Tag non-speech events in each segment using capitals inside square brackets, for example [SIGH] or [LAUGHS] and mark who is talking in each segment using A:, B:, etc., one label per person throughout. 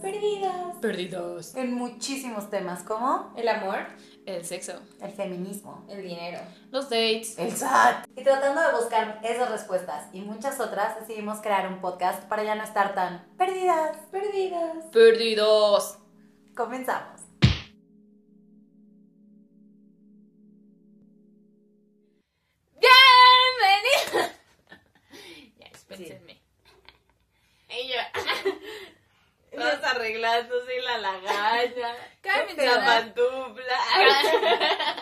A: perdidas
B: Perdidos.
A: en muchísimos temas como
C: El amor,
B: El sexo.
A: el feminismo,
C: el dinero.
B: Los dates.
A: el SAT. Y tratando de buscar esas respuestas y muchas otras, decidimos crear un podcast para ya no estar tan perdidas, perdidas.
B: Perdidos.
A: Comenzamos.
B: Bienvenidos. [LAUGHS] ya, [LAUGHS] espérenme. Y [LAUGHS] yo.
C: Estás arreglándose
B: [LAUGHS]
C: la lagaña,
B: Cabe
C: la
B: mencionar-
C: pantufla.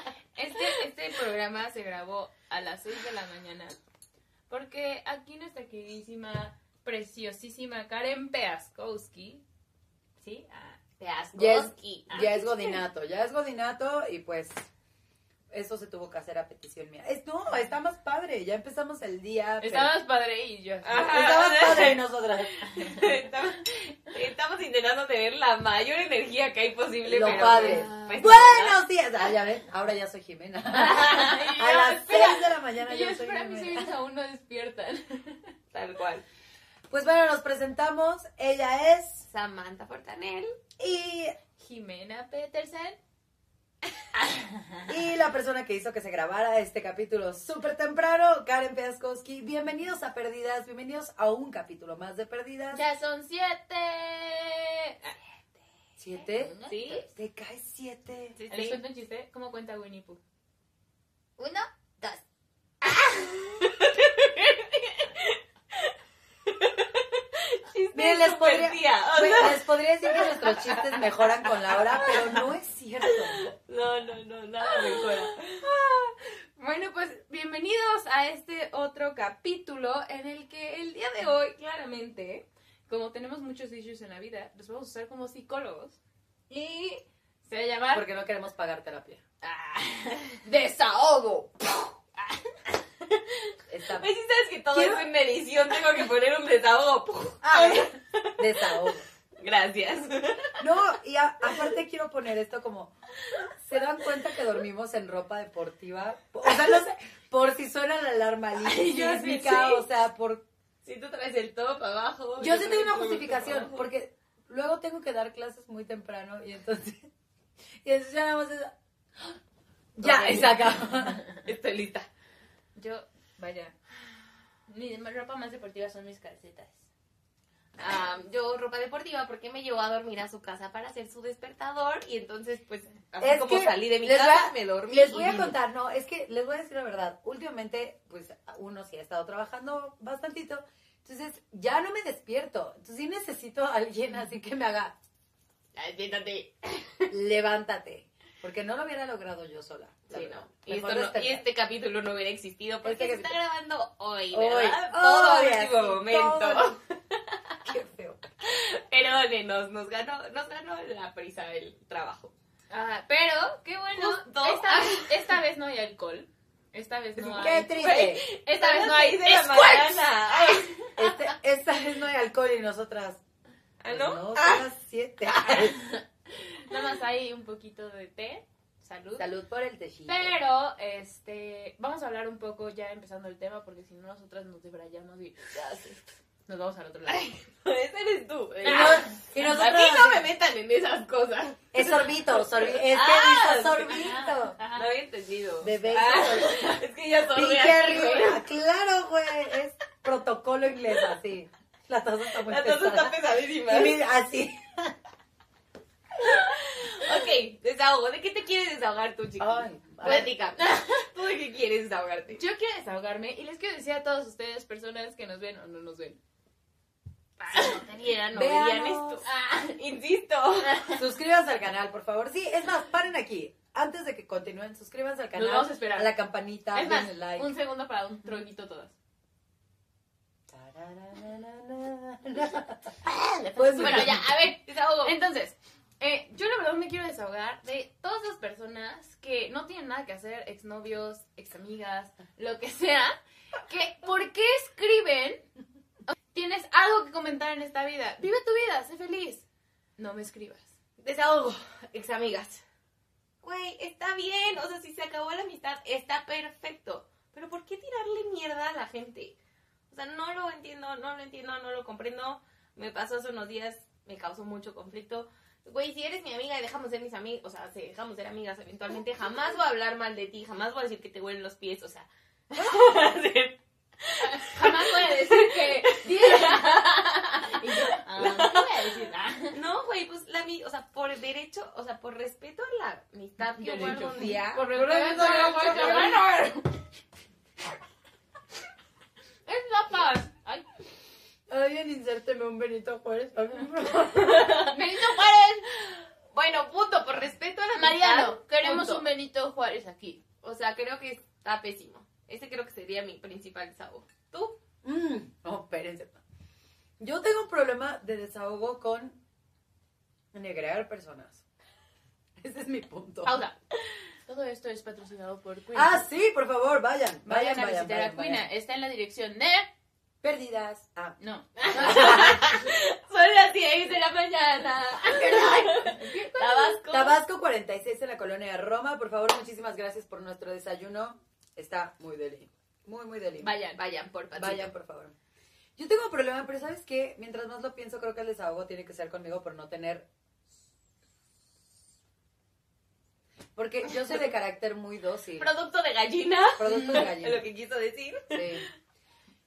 B: [LAUGHS] Este, este programa se grabó a las 6 de la mañana. Porque aquí nuestra queridísima, preciosísima Karen Peaskowski. ¿Sí? Ah, Peaskowski. Ah.
C: ya es
A: godinato, ya es godinato y pues eso se tuvo que hacer a petición mía. Es, no, está más padre, ya empezamos el día. pero-
B: Está más padre y yo.
C: Ah.
A: está más padre y nosotras.
C: Estamos, estamos intentando tener la mayor energía que hay posible.
A: Lo
C: pero
A: padre.
C: pues, pues,
A: Buenos días. Ah, ya ven, ahora ya soy [LAUGHS] Jimena.
B: [LAUGHS] Y yo,
A: A las
B: espera,
A: 6 de la mañana
B: Y yo
A: ya soy
B: espero a mis
A: Jimena.
B: sobrinos aún no [LAUGHS] despiertan.
C: Tal cual.
A: Pues bueno, nos presentamos. Ella es
C: Samantha Fortanel.
A: y,
B: Jimena Petersen.
A: y la persona que hizo que se grabara este capítulo súper temprano, Karen Piaskowski. Bienvenidos a Perdidas, bienvenidos a un capítulo más de Perdidas.
B: Ya son siete.
A: ¿Siete?
C: ¿Sí?
A: Te caes siete.
C: Sí,
B: ¿Les
C: sí.
B: cuento un chiste? ¿Cómo cuenta Winnie Pooh?
D: Uno,
C: [LAUGHS]
D: dos.
A: Miren, les
C: Súper
A: podría,
C: tía, o
A: güey,
C: sea-
A: les podría decir que nuestros chistes mejoran con la hora, pero no es cierto.
C: No, no, no, nada mejora.
B: Bueno, pues bienvenidos a este otro capítulo en el que el día de hoy, claramente, como tenemos muchos issues en la vida, los vamos a usar como psicólogos y se va a llamar
A: Porque no queremos pagar terapia.
B: Ah, [LAUGHS] desahogo.
A: Está
C: Pues sí sabes que todo
A: Quiero-
C: es en edición, tengo que poner un desahogo.
A: desahogo.
C: Gracias. [LAUGHS]
A: No, y a- aparte quiero poner esto como, ¿se dan cuenta que dormimos en ropa deportiva? O sea, no sé, por si suena la alarma
C: Ay, yo sí,
A: sísmica,
C: sí.
A: o sea, por...
C: Si tú traes el top abajo.
A: Yo sí
C: traes
A: tengo una
C: el top
A: justificación,
C: abajo.
A: porque luego tengo que dar clases muy temprano y entonces... [LAUGHS] Y entonces ya nada más es- ¡Ah! Ya,
C: Ok.
A: y se acaba.
C: Estoy lista.
B: Yo, vaya. Mi ropa más deportiva son mis calcetas.
D: Ah, yo ropa deportiva porque me llevó a dormir a su casa para hacer su despertador y entonces pues
C: Así
A: Es
C: como
A: que
C: salí de mi
A: les
C: casa,
A: voy a-
C: me dormí.
A: Les voy a contar, no, es que les voy a decir la verdad. Últimamente, pues uno sí ha estado trabajando bastantito. Entonces, ya no me despierto. Entonces, sí necesito a alguien así que me haga,
C: Ay, siéntate.
A: levántate. Porque no lo hubiera logrado yo sola. la
C: Sí,
A: verdad.
C: no. Y,
A: Mejor
C: esto no- y
A: despertar.
C: este capítulo no hubiera existido porque
A: Este
C: se está grabando hoy,
A: Hoy,
C: ¿verdad? todo a
A: hoy,
C: último
A: así,
C: momento. [LAUGHS]
A: todo. [LAUGHS] Qué feo.
C: Perdónenos, nos ganó, nos ganó la prisa del trabajo.
B: Ah, pero, qué bueno.
C: Justo.
B: Esta, vez- esta vez no hay alcohol. Esta vez no
A: Qué
B: hay.
A: triste.
B: Esta
C: Son
B: vez
C: las
B: no hay.
C: seis de la
B: ¡Squirt!
C: mañana. Ay,
A: Este- esta vez no hay alcohol y nosotras. pues,
C: ¿Ah, no?
A: No, son
C: Ah,
A: las
C: [LAUGHS]
A: siete.
B: Nada más hay un poquito de té. Salud.
A: Salud por el tejido.
B: Pero, este, vamos a hablar un poco ya empezando el tema porque si no nosotras nos debrayamos y nos vamos al otro lado.
C: [LAUGHS] ese eres tú.
A: Pues
C: Ah,
A: Y, no- y
C: a
A: nosotras
C: mí no me metan en esas cosas.
A: Es sorbito, sorbito. Es
C: Ah,
A: que dijo sorbito.
B: Ajá,
C: No
B: Ah, ajá.
C: había
B: [LAUGHS]
C: entendido.
A: Bebé.
C: Ah, es que ya sorbí
A: Pinche
C: aquí, güey.
A: arriba. Claro, güey. Es protocolo inglés, así. La taza está muy
C: La taza está
A: pesada.
C: pesadísima.
A: Y mira, así.
C: Ok, desahogo. ¿De qué te quieres desahogar tú, chiquita?
A: Ay, a ver.
C: Platica. [LAUGHS] ¿Tú de qué quieres desahogarte?
B: Yo quiero desahogarme y les quiero decir a todos ustedes, personas que nos ven o no nos ven.
D: no tenía,
C: No
D: no.
A: Véanos.
C: veían esto. Ah,
A: [LAUGHS]
C: insisto.
A: Suscríbanse al canal, por favor. Sí, es más, paren aquí. Antes de que continúen, suscríbanse al canal.
B: vamos a esperar.
A: la campanita,
B: es más,
A: denle like.
B: un segundo para un troguito todas.
A: Tararararara. Pues
B: Bueno, ya, a ver.
C: Desahogo.
B: Entonces, eh, yo la verdad me quiero desahogar de todas las personas que no tienen nada que hacer, exnovios, examigas, lo que sea, que ¿por qué escriben? Tienes algo que comentar en esta vida. Vive tu vida, sé feliz. No me escribas.
C: Desahogo, ex amigas. Güey, está bien. O sea, si se acabó la amistad, está perfecto. Pero ¿por qué tirarle mierda a la gente? O sea, no lo entiendo, no lo entiendo, no lo comprendo. Me pasó hace unos días me causó mucho conflicto. Güey, si eres mi amiga y dejamos ser mis amigas, o sea, si dejamos ser amigas eventualmente, jamás voy a hablar mal de ti, jamás voy a decir que te huelen los pies, o sea.
B: Jamás voy a decir que tienes. Y yo, ah, ¿qué voy a decir? Ah.
C: No, güey, pues la mi, o sea, por derecho, o sea, por respeto a la amistad que hubo
E: Derecho.
C: algún día.
B: Por respeto a la
E: Porque,
B: mujer.
E: bueno, a ver.
B: Es la paz. Ay,
A: Alguien insérteme un Benito Juárez.
B: Benito Juárez.
C: Bueno, punto, por respeto a la amistad.
B: Mariano, queremos
C: punto.
B: un Benito Juárez aquí.
C: O sea, creo que está pésimo. Ese creo que sería mi principal desahogo. ¿Tú?
A: Mm, no, espérense. Yo tengo un problema de desahogo con negrear personas. Ese es mi punto.
B: Pausa. Todo esto es patrocinado por Queen.
A: Ah, sí, por favor, vayan.
B: vayan,
A: Vayan,
B: a
A: vayan,
B: visitar
A: vayan,
B: a Queen.
A: vayan.
B: Está en la dirección de.
A: Perdidas.
B: [LAUGHS]
A: Ah,
B: No.
C: Son las 10 de la mañana. Tabasco.
A: Tabasco 46 en la colonia Roma. Por favor, muchísimas gracias por nuestro desayuno. Está muy deli. Muy, muy deli.
B: Vayan.
C: Vayan, por patito.
A: Vayan, por favor. Yo tengo un problema, pero ¿sabes qué? Mientras más lo pienso, creo que el desahogo tiene que ser conmigo por no tener... Porque yo soy de carácter muy dócil.
C: Producto de gallina.
A: Producto
B: [LAUGHS]
A: de gallina.
C: Lo que quiso decir.
A: Sí.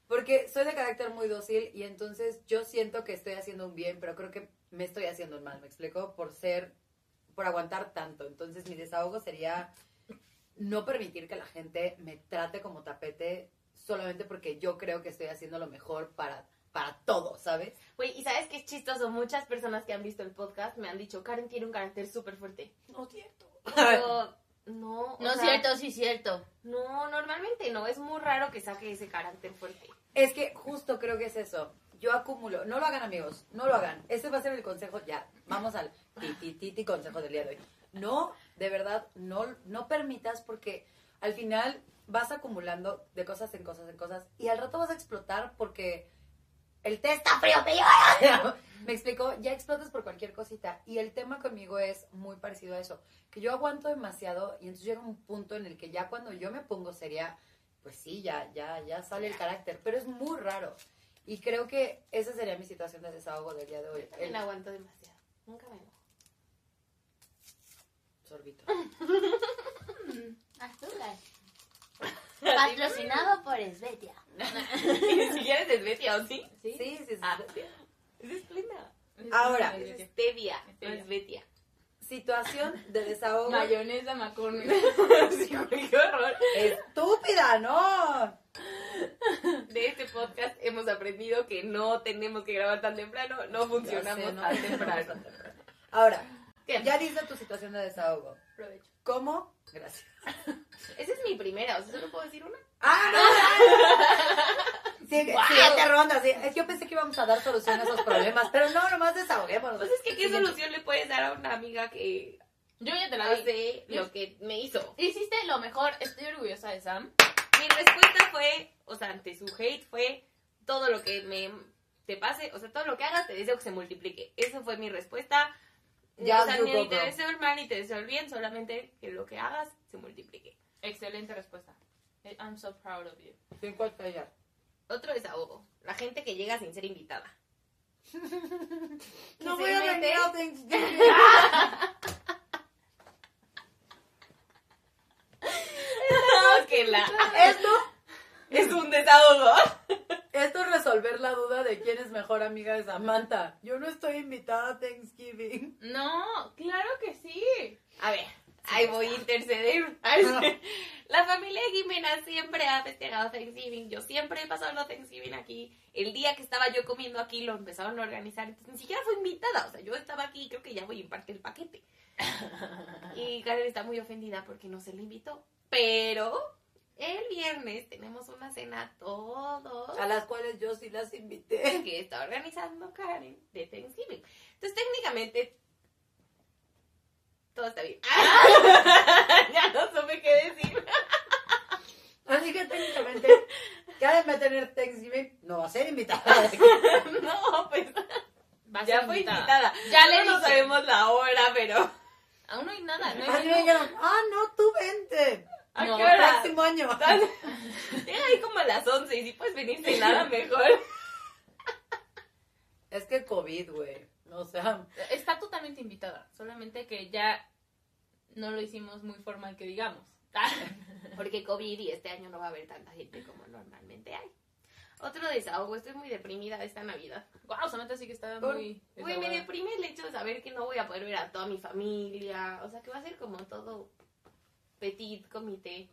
A: Porque soy de carácter muy dócil y entonces yo siento que estoy haciendo un bien, pero creo que me estoy haciendo un mal, ¿me explico? Por ser, por aguantar tanto. Entonces mi desahogo sería no permitir que la gente me trate como tapete solamente porque yo creo que estoy haciendo lo mejor para, para todo, ¿sabes?
C: Güey, y sabes que es chistoso. Muchas personas que han visto el podcast me han dicho, Karen tiene un carácter súper fuerte.
A: No cierto.
C: Yo, [LAUGHS] no. o
B: No es
C: sea,
B: cierto, sí cierto.
C: No, normalmente no. Es muy raro que saque ese carácter fuerte.
A: Es que justo creo que es eso. Yo acumulo. No lo hagan, amigos. No lo hagan. Este va a ser el consejo. Ya, vamos al ti, ti, ti, ti consejo del día de hoy. No, de verdad, no, no permitas porque al final vas acumulando de cosas en cosas en cosas y al rato vas a explotar porque el té está frío, me llora. [LAUGHS] Me explico, ya explotas por cualquier cosita. Y el tema conmigo es muy parecido a eso. Que yo aguanto demasiado y entonces llega un punto en el que ya cuando yo me pongo seria, pues sí, ya, ya, ya sale el carácter, pero es muy raro. Y creo que esa sería mi situación de desahogo del día de hoy.
C: También
A: El
C: aguanto demasiado. Nunca me enojo.
A: sorbito.
B: Patrocinado por Esbetia.
C: [LAUGHS] Y Ni siquiera es desbetia, ¿o sí?
A: Sí, sí, sí.
C: Ah.
A: sí.
C: Es esplenda.
A: Ahora,
C: Es Ah, stevia, no es betia.
A: situación de desahogo
B: Mayonesa macón.
C: [LAUGHS] Sí, güey, qué horror.
A: estúpida, ¿no?
C: De este podcast hemos aprendido que no tenemos que grabar tan temprano, no funcionamos
A: Ya sé, no
C: tan
A: funcionamos
C: temprano.
A: Ahora,
C: ¿Qué?
A: ya dice tu situación de desahogo.
B: Provecho.
A: ¿Cómo? Gracias.
C: Esa es mi primera, o sea, solo puedo decir una.
A: ¡Ah, no! [LAUGHS] no! Sí, Siguiente ronda. sí. Es que Yo pensé que íbamos a dar solución a esos problemas, pero no, nomás desahoguémonos.
C: Entonces, Pues ¿qué, qué solución le puedes dar a una amiga que
B: [LAUGHS] Yo ya te la di.
C: hace lo que me hizo?
B: Hiciste lo mejor. Estoy orgullosa de Sam.
C: Mi respuesta fue, o sea, ante su hate fue todo lo que me te pase, o sea, todo lo que hagas te deseo que se multiplique. Esa fue mi respuesta.
A: Ya
C: o sea,
A: you
C: ni
A: go,
C: te
A: bro.
C: deseo el mal ni te deseo el bien, solamente que lo que hagas se multiplique.
B: Excelente respuesta. I'm so proud of you.
A: ¿Quién cuál ella?
C: Otro desahogo, la gente que llega sin ser invitada.
A: [LAUGHS] No
C: se
A: voy a
C: mete.
A: venir
C: [LAUGHS]
A: a Thanksgiving.
C: No, Ah, que la
A: [LAUGHS] Esto
C: es un desahogo.
A: Esto es resolver la duda de quién es mejor amiga de Samantha. Yo no estoy invitada a Thanksgiving.
B: No, claro que sí.
C: A ver, ahí voy a interceder. Ay, sí. La familia de Jimena siempre ha festejado Thanksgiving. Yo siempre he pasado los Thanksgiving aquí. El día que estaba yo comiendo aquí lo empezaron a organizar. Entonces, ni siquiera fue invitada. O sea, yo estaba aquí y creo que ya voy en parte el paquete. Y Karen está muy ofendida porque no se le invitó. Pero el viernes tenemos una cena todos
A: A las cuales yo sí las invité.
C: [LAUGHS] que está organizando Karen de Thanksgiving. Entonces, técnicamente, todo está bien. [LAUGHS] ya no supe qué decir. [LAUGHS]
A: Así que técnicamente, Karen va a tener Thanksgiving, no va a ser invitada.
C: Ah, No, pues
B: Va a
C: ya
B: ser
C: fue
B: invitada.
C: invitada.
B: Ya le
C: no nos
B: dije.
C: sabemos la hora, pero.
B: Aún no hay nada.
A: [LAUGHS]
B: No
A: Así
B: hay
A: me
B: ningún-
A: dijeron, ah, no, tú vente.
C: ¿A
B: No,
C: qué hora?
A: Próximo año. [LAUGHS]
C: [LAUGHS] Llega ahí como a las 11 [LAUGHS] y si puedes venir nada mejor.
A: Es que COVID, güey. O sea,
B: Está totalmente invitada, solamente que ya no lo hicimos muy formal que digamos. [LAUGHS] Ah,
C: Porque COVID y este año no va a haber tanta gente como normalmente hay. Otro desahogo, estoy muy deprimida esta Navidad.
B: Wow, Samantha sí que está
A: Por-
B: muy...
C: Güey, me
B: desahogada.
C: deprime el hecho de saber que no voy a poder ver a toda mi familia. O sea, que va a ser como todo petit comité.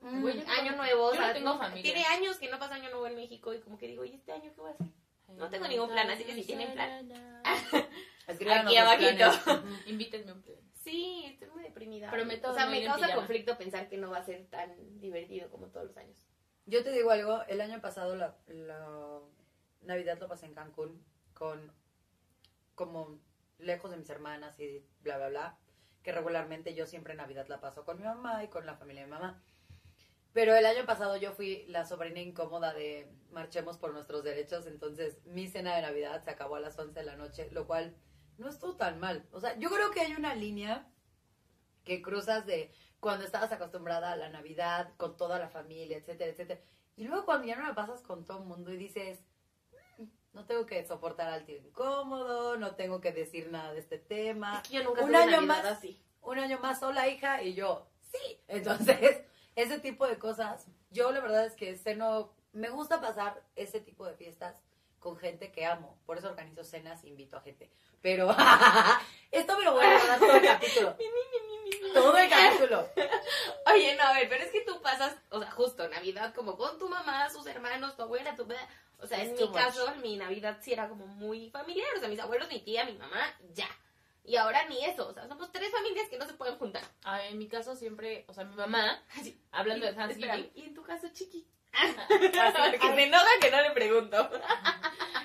B: Mm. Güey, yo tengo-
C: año nuevo. o
B: yo no
C: sea,
B: tengo
C: no-
B: familia.
C: Tiene años que no pasa año nuevo en México y como que digo, ¿y este año qué voy a hacer? no tengo ningún plan, así que si tienen plan.
A: escríbanos
C: Aquí
A: los
C: abajito. [LAUGHS]
A: planes. Ujú.
B: Invítenme a un plan.
C: Sí, estoy muy deprimida.
B: Prometo
C: O sea,
B: no
C: me
B: ir en
C: causa
B: pijama.
C: conflicto pensar que no va a ser tan divertido como todos los años.
A: Yo te digo algo, el año pasado la, la Navidad lo pasé en Cancún con como lejos de mis hermanas y bla bla bla, que regularmente yo siempre Navidad la paso con mi mamá y con la familia de mi mamá. Pero el año pasado yo fui la sobrina incómoda de marchemos por nuestros derechos, entonces mi cena de Navidad se acabó a las 11 de la noche, lo cual no estuvo tan mal. O sea, yo creo que hay una línea que cruzas de cuando estabas acostumbrada a la Navidad con toda la familia, etcétera, etcétera. Y luego cuando ya no la pasas con todo el mundo y dices, "Mm, no tengo que soportar al tío incómodo, no tengo que decir nada de este
B: Ah,
A: tema.
C: Es que yo nunca
A: Un
C: tuve
A: año
C: Navidad
A: más.
C: así.
A: Un año más sola, hija, y yo, sí. Entonces, [LAUGHS] ese tipo de cosas, yo la verdad es que ceno, me gusta pasar ese tipo de fiestas con gente que amo. Por eso organizo cenas, e invito a gente. Pero [LAUGHS] esto me lo voy a guardar todo
C: [LAUGHS]
A: el capítulo. todo el capítulo.
C: Oye, no, a ver, pero es que tú pasas, o sea, justo Navidad como con tu mamá, sus hermanos, tu abuela, tu... bla. O sea,
A: It's
C: en
A: too
C: mi
A: much.
C: caso, mi Navidad sí era como muy familiar, o sea, mis abuelos, mi tía, mi mamá, ya. Y ahora ni eso, o sea, somos tres familias que no se pueden juntar. [LAUGHS]
B: Ah, en mi caso siempre, o sea, mi mamá, hablando de
C: Espera,
B: Thanksgiving,
C: y en tu caso, [LAUGHS] Chiqui.
A: Así,
C: Porque me enoja que no le pregunto.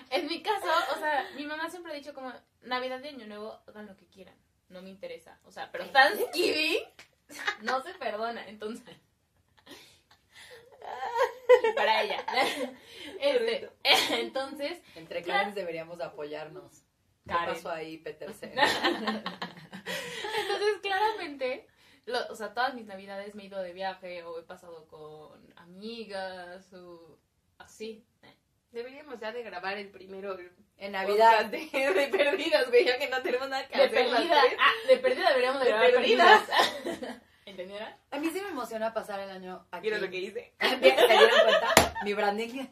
B: en mi caso, o sea, mi mamá siempre ha dicho como, Navidad de Año Nuevo, hagan lo que quieran, no me interesa. O sea, pero Thanksgiving [LAUGHS] no se perdona, entonces...
A: [LAUGHS]
B: Para ella. Este, [LAUGHS] entonces,
C: [LAUGHS]
A: Entre clanes deberíamos apoyarnos. ¿Qué
B: Karen.
A: pasó ahí, Petersen?
C: [LAUGHS]
B: Entonces, claramente, lo- o sea, todas mis navidades me he ido de viaje o he pasado con amigas o así.
C: Deberíamos ya de grabar el primero el
A: En
C: podcast
A: Navidad.
C: de, de perdidas, güey, ya que no tenemos nada que
B: De
C: hacer las
B: perdida.
C: tres.
B: Ah, de perdida deberíamos de,
C: De
B: grabar
C: perdidas.
B: perdidas. [LAUGHS] ¿Entendieron?
A: A mí sí me emociona pasar el año aquí.
C: Mira lo que hice. [LAUGHS]
A: ¿Se dieron cuenta? Mi branding.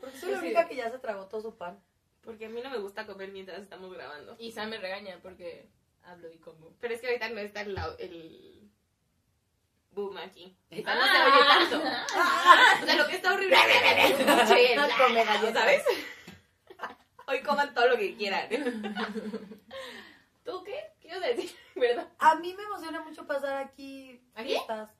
A: Porque soy la única que ya se tragó todo su pan.
C: Porque a mí no me gusta comer mientras estamos grabando.
B: Y Sam me regaña porque hablo y como.
C: Pero es que ahorita no está el, lau- el boom aquí. O sea, no se oye
B: Ah.
C: tanto. O sea, lo que está horrible es [LAUGHS] que escuché el
A: Ah. Come
C: ¿no
A: galletas.
C: ¿sabes? Hoy coman todo lo que [LAUGHS] quieran. ¿Tú qué? Quiero decir, [LAUGHS] ¿verdad?
A: A mí me emociona mucho pasar aquí
C: ¿Aquí?
A: fiestas.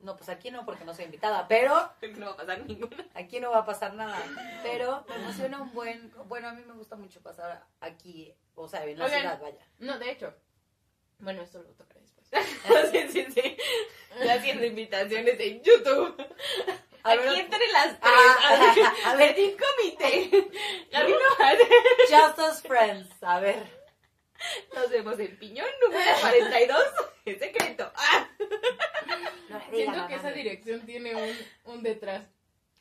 A: No, pues aquí no, porque no soy invitada, pero
C: Porque no va a pasar ninguna.
A: aquí no va a pasar nada. Pero me emociona un buen... Bueno, a mí me gusta mucho pasar aquí, o sea, en la
B: Oigan.
A: ciudad, vaya.
B: No, de hecho. Bueno, eso lo tocaré [LAUGHS] después.
C: sí, sí, [LAUGHS] sí. Y haciendo invitaciones en YouTube.
A: A
C: Aquí
A: ver,
C: entre las tres.
A: Ah, [LAUGHS] a
C: a
A: ver.
C: ver, un comité. Gaby lo hace.
A: Just us friends, a ver.
C: Nos vemos en piñón [LAUGHS] número 42. Es secreto. ¡Ah!
A: No le digan
B: Siento
A: a
B: que esa
A: mami.
B: dirección tiene un, un detrás.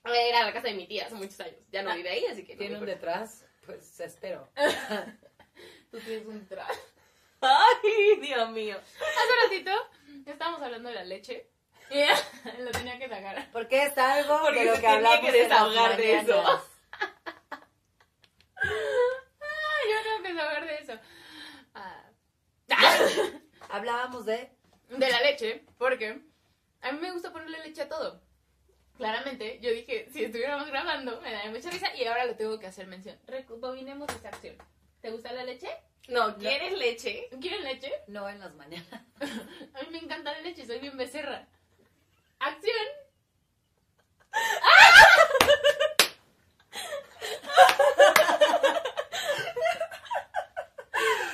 C: Era la casa de mi tía hace muchos años. Ya no vive ahí, así que. no me
A: Tiene un
C: acuerdo.
A: detrás, pues espero.
B: Tú tienes un [LAUGHS] detrás.
C: Ay, [LAUGHS] Dios mío.
B: Hace ratito estábamos hablando de la leche. Y [LAUGHS] lo tenía que sacar.
A: Porque es algo
C: Porque
A: de lo
C: se
A: que
C: tenía
A: hablamos
C: que
A: en las
C: desahogar de eso.
A: mañanas.
B: [LAUGHS] Ah, yo tengo que saber de eso. Ah.
A: Hablábamos de
B: de la leche, porque a mí me gusta ponerle leche a todo. Claramente, yo dije, si estuviéramos grabando, me daría mucha risa y ahora lo tengo que hacer mención. Recombinemos esta acción. ¿Te gusta la leche?
C: No, ¿quieres leche?
B: ¿Quieren leche?
A: no en las mañanas.
B: A mí me encanta la leche, soy bien becerra. ¡Acción!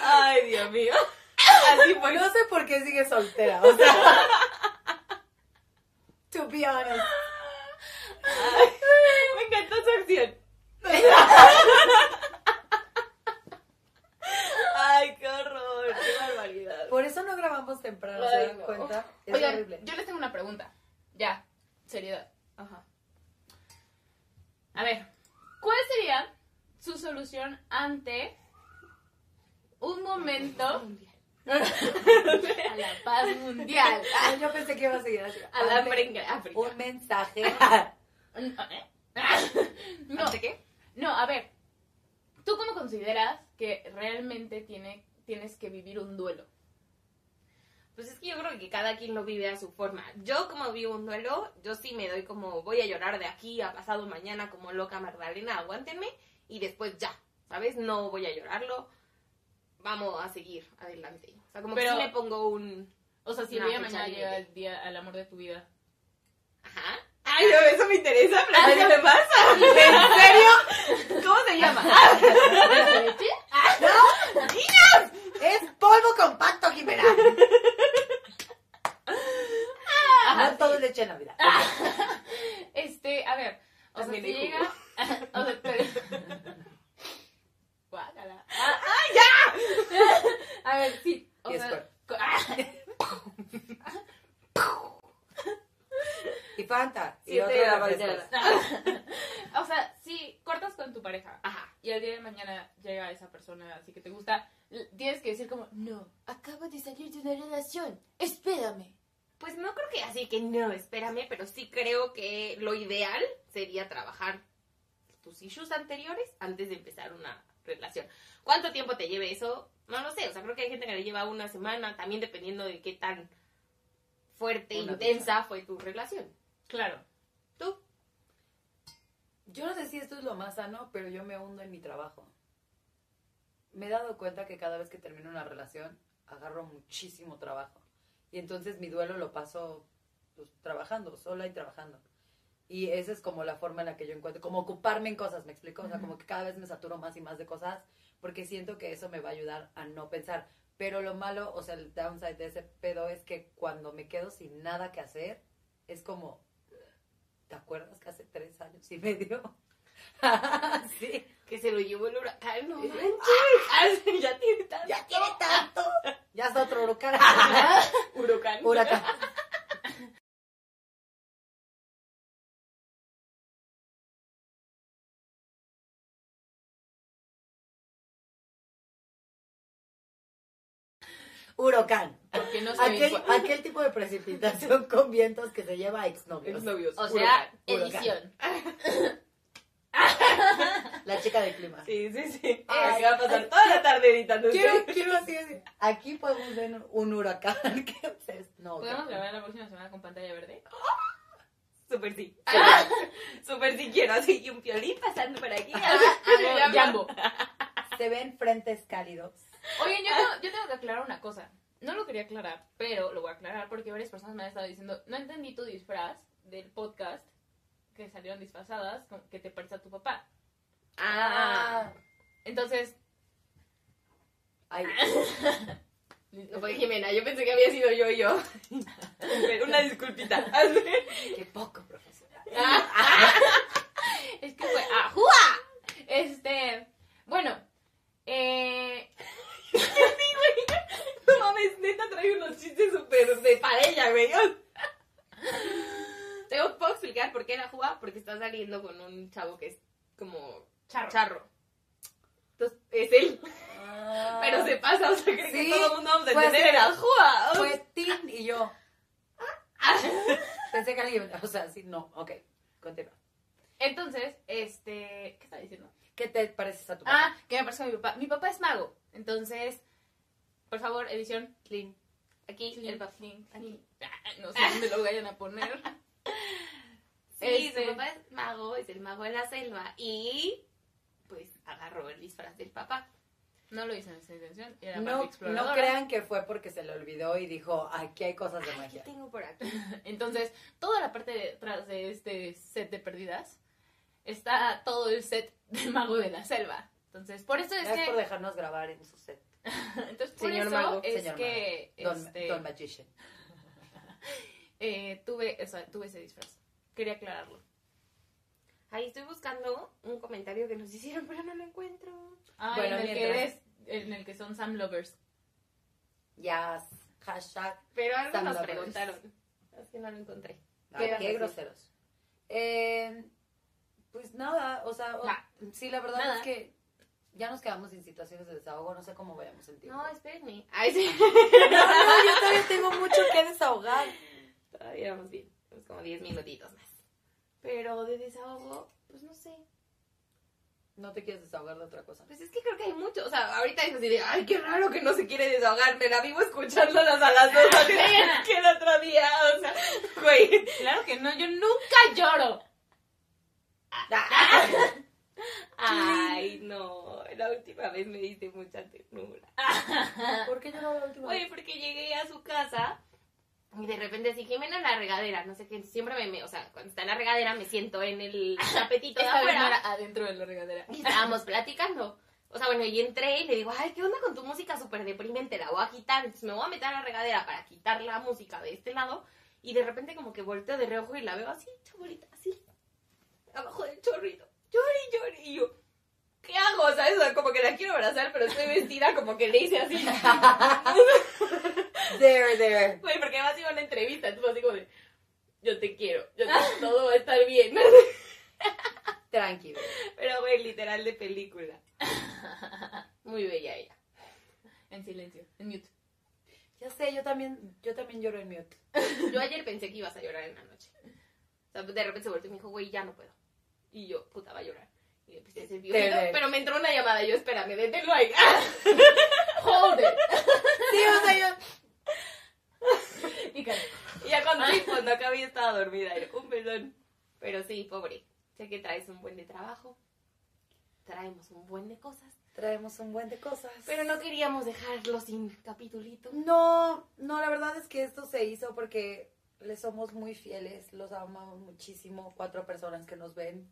C: Ay, Dios mío. Así fue.
A: No sé por qué sigue soltera, o sea. [LAUGHS] To be honest.
C: Me encantó su acción. Ay, qué horror. Qué barbaridad.
A: Por eso no grabamos temprano, ¿se
C: Ay,
A: dan
C: no.
A: cuenta? Es
B: Oigan,
A: horrible.
B: yo les tengo una pregunta. Ya, seriedad.
C: Ajá.
B: A ver, ¿Cuál sería su solución ante un momento [LAUGHS] a la paz
A: [LAUGHS]
B: mundial?
A: Ah, Yo pensé que iba a seguir así.
C: Al
A: Ante
C: hambre en África.
A: Un mensaje.
B: [LAUGHS] No,
C: ¿Ante qué?
B: no, a ver. ¿Tú cómo consideras que realmente tiene, tienes que vivir un duelo?
C: Pues es que yo creo que cada quien lo vive a su forma. Yo como vivo un duelo, yo sí me doy como voy a llorar de aquí a pasado mañana como loca Magdalena, aguántenme y después ya, ¿sabes? No voy a llorarlo. Vamos a seguir adelante. O sea, como
B: Pero-
C: que sí me pongo un...
B: O sea, si el
C: Una
B: día de
C: fecha
B: mañana
C: límite.
B: llega el día al amor de tu vida.
C: Ajá. Ay, no, eso me interesa, platícame más.
B: ¿Cómo se llama?
A: Es polvo compacto, Jimena. no todo es leche en Navidad.
B: Este, a ver, o sea, si
C: También hay
B: llega, [LAUGHS] o sea, pero... Guácala. [LAUGHS] Ah, ya! [LAUGHS] A ver, sí, o
A: Y es
B: sea,
A: cuerpo.
B: co- [LAUGHS] ah,
A: Y Fanta. Y
C: Siete
A: otro
C: de la
A: refresco.
C: mañana.
B: o sea, si cortas con tu pareja
C: Ajá.
B: y el día de mañana llega esa persona así que te gusta, l- tienes que decir como, no, acabo de salir de una relación, espérame.
C: Pues no creo que así que no, espérame, pero sí creo que lo ideal sería trabajar tus issues anteriores antes de empezar una relación. ¿Cuánto tiempo te lleve eso? No lo sé, o sea, creo que hay gente que le lleva una semana, también dependiendo de qué tan fuerte, e
A: Una
C: intensa fue tu relación.
B: Claro.
C: ¿Tú?
A: Yo no sé si esto es lo más sano, pero yo me hundo en mi trabajo. Me he dado cuenta que cada vez que termino una relación, agarro muchísimo trabajo. Y entonces mi duelo lo paso pues, trabajando, sola y trabajando. Y esa es como la forma en la que yo encuentro, como ocuparme en cosas, ¿me explico? O sea,
B: Ujú.
A: como que cada vez me saturo más y más de cosas, porque siento que eso me va a ayudar a no pensar. Pero lo malo, o sea, el downside de ese pedo es que cuando me quedo sin nada que hacer, es como, ¿te acuerdas que hace tres años y medio? [LAUGHS] sí.
C: Que se lo llevó el huracán, no manches. [LAUGHS] Ay, ya tiene tanto.
A: Eh, ah. Ya tiene tanto. Ya está otro huracán. [LAUGHS]
C: huracán.
A: huracán. Huracán.
B: Porque no soy
A: Aquel,
B: igual.
A: aquel tipo de precipitación con vientos que se lleva a exnovios.
C: novios.
B: O sea,
A: huracán.
B: edición.
A: La chica del clima.
C: Sí, sí, sí.
A: Ay,
C: Se va a pasar toda la tarde editando.
A: Quiero, quiero así decir, Aquí podemos ver un huracán. [LAUGHS] que ustedes No.
B: ¿Podemos grabar la próxima semana con pantalla verde? [LAUGHS]
C: Super sí. [LAUGHS] Super sí quiero así y un piolín pasando por aquí.
B: Ah, Jambo.
A: Se ven frentes cálidos.
B: Oigan, yo tengo, yo tengo que aclarar una cosa. No lo quería aclarar, pero lo voy a aclarar porque varias personas me han estado diciendo, no entendí tu disfraz del podcast que salieron disfrazadas, con- que te parece a tu papá.
C: Ah.
B: Entonces,
A: [LAUGHS] Ay,
C: No fue Jimena, yo pensé que había sido yo y yo. Una disculpita. [LAUGHS]
A: qué poco profesional.
B: [LAUGHS] es que fue ¡ajúa! Este, bueno, eh,
C: No mames, neta trae unos chistes súper de paella, güey. [LAUGHS] Te puedo explicar por qué era Juba, porque está saliendo con un chavo que es como
B: charro.
C: charro. Entonces, es él, pero
A: Pero
C: se pasa, o sea, cree
A: Sí,
C: que todo el mundo vamos a
A: fue
C: entender,
A: así.
C: era Juba.
A: fue Tin y [LAUGHS] yo. Pensé que alguien. O sea, sí, no. Ok, continúa.
B: Entonces, este, ¿qué estaba diciendo?
A: ¿Qué te pareces a tu papá?
B: Ah, que me parece a mi papá. Mi papá es mago. Entonces, por favor, edición.
A: Clean.
C: Aquí, el papá.
B: Aquí. Ah, No sé dónde lo vayan a [LAUGHS] poner.
C: Sí,
B: Este.
C: su papá es mago, es el mago de la selva. Y pues agarró el disfraz del papá.
B: No lo hice en esa intención. Era más
A: No, no
B: exploradora.
A: crean que fue porque se le olvidó y dijo, aquí hay cosas de
C: ¿Qué
A: magia.
C: tengo por aquí?
B: Entonces, toda la parte detrás de este set de perdidas está todo el set de Mago de la Selva. Entonces, por eso es
A: Gracias por
B: que.
A: dejarnos grabar en su set.
B: [LAUGHS] Entonces, por
A: Señor
B: eso
A: Mago,
B: es
A: señor
B: que
A: Don,
B: este,
A: Don Magician.
B: eh, tuve, o sea, tuve ese disfraz. Quería aclararlo.
C: Ahí estoy buscando un comentario que nos [LAUGHS] hicieron, pero no lo encuentro.
B: Ah,
A: Bueno,
B: en el que
A: mientras-
B: eres. En el que son Sam Lovers.
A: Yes. Hashtag.
C: Pero algo
A: Sam
C: nos
A: Lovers.
C: preguntaron. Así que no lo encontré.
A: Ay,
C: Qué
A: qué
C: gracioso.
A: groseros. Eh, pues nada, o sea, o-
B: Ah.
A: sí, la verdad
B: Nada.
A: es que ya nos quedamos sin situaciones de desahogo, no sé cómo vayamos en tiempo.
C: No, espérenme.
E: Ay, sí.
A: No, no, yo todavía tengo mucho que desahogar.
C: [LAUGHS] Todavía vamos bien. Pues como 10 minutitos más. Pero de desahogo, pues no sé.
A: No te quieres desahogar de otra cosa.
C: Pues es que creo que hay mucho. O sea, ahorita es así de, ay, qué raro que no se quiere desahogar. Me la vivo escuchándolas a las dos. así [LAUGHS] de, que el otro día, o sea, güey.
B: Claro que no, yo nunca
A: [LAUGHS]
B: lloro.
C: Ay, no. La última vez me diste mucha ternura.
A: ¿Por qué lloraba la última
C: Güey, porque llegué a su casa y de repente así, Jimena en la regadera, no sé qué, siempre me, me- o sea, cuando está en la regadera me siento en el tapetito de
B: Esta vez no
C: afuera
B: era adentro de la regadera.
C: y estábamos platicando. O sea, bueno, y entré y le digo, ay, ¿qué onda con tu música súper deprimente? La voy a quitar, entonces me voy a meter a la regadera para quitar la música de este lado y de repente como que volteo de reojo y la veo así, chabolita, así, abajo del chorrito, llori, llori, y yo... ¿Qué hago? ¿Sabes? O sea, como que la quiero abrazar, pero estoy vestida como que le hice así. [LAUGHS]
A: pues. There, there.
C: Güey, porque además iba a una entrevista, entonces así como de, yo te quiero, yo te- todo va a estar bien. [LAUGHS]
A: Tranquilo.
C: Pero, güey, literal de película. [LAUGHS] Muy bella ella.
B: En silencio, en mute.
A: Ya sé, yo también, yo también lloro en mute.
C: Yo ayer pensé que ibas a llorar en la noche. O sea, de repente se volteó y me dijo, güey, ya no puedo. Y yo, puta, va a llorar. Y le empecé a hacer violento,
A: Tere.
C: pero me entró una llamada y yo, espérame, détenlo ahí. [LAUGHS]
B: ¡Hold it!
A: Sí, o sea, yo...
B: Y cara,
C: Y ya cuando, sí, cuando acabé estaba dormida, era un pelón. Pero sí, pobre, sé que traes un buen de trabajo, traemos un buen de cosas.
A: Traemos un buen de cosas.
C: Pero no queríamos dejarlo sin capitulito.
A: No, no, la verdad es que esto se hizo porque les somos muy fieles, los amamos muchísimo, cuatro personas que nos ven.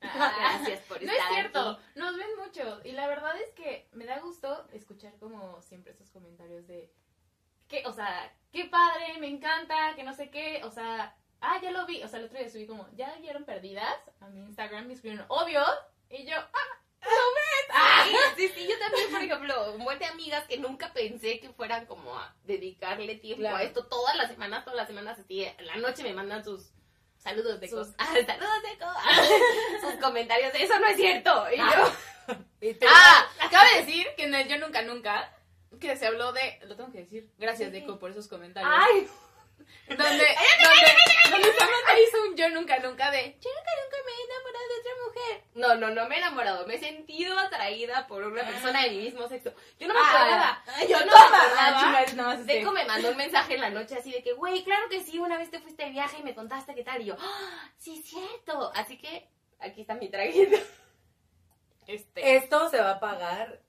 C: Gracias por
B: No es
C: estar
B: cierto,
C: aquí.
B: nos ven mucho. Y la verdad es que me da gusto escuchar como siempre esos comentarios de que, o sea, qué padre, me encanta, que no sé qué, o sea, ah, ya lo vi. O sea, el otro día subí como, ¿ya vieron perdidas? A mi Instagram me escribieron, obvio. Y yo, ah,
C: Sí, sí, sí, yo también, por ejemplo, un buen de amigas que nunca pensé que fueran como a dedicarle tiempo
A: Claro.
C: a esto todas las semanas, todas las semanas, así, en la noche me mandan sus
B: saludos de
C: sus,
B: cosas.
C: ah, saludos de co- ah, [LAUGHS] sus comentarios, de, eso no es cierto. Y yo,
A: Y te-
B: Ah, [LAUGHS] cabe decir que en el Yo Nunca Nunca, que se habló de, lo tengo que decir, gracias Deco por esos comentarios.
C: ay,
B: [LAUGHS] Donde, donde, donde Samantha hizo un Yo Nunca Nunca de, yo nunca nunca me he enamorado de otra mujer.
C: no, no, no me he enamorado, me he sentido atraída por una persona de mi mismo sexo. Yo no me
B: Ah,
C: acordaba, yo no me acordaba. Deco me mandó un mensaje en la noche así de que, güey, claro que sí, una vez te fuiste de viaje y me contaste qué tal. Y yo, "Ah, sí, es cierto. Así que aquí está mi traguito.
B: Este.
A: Esto se va a pagar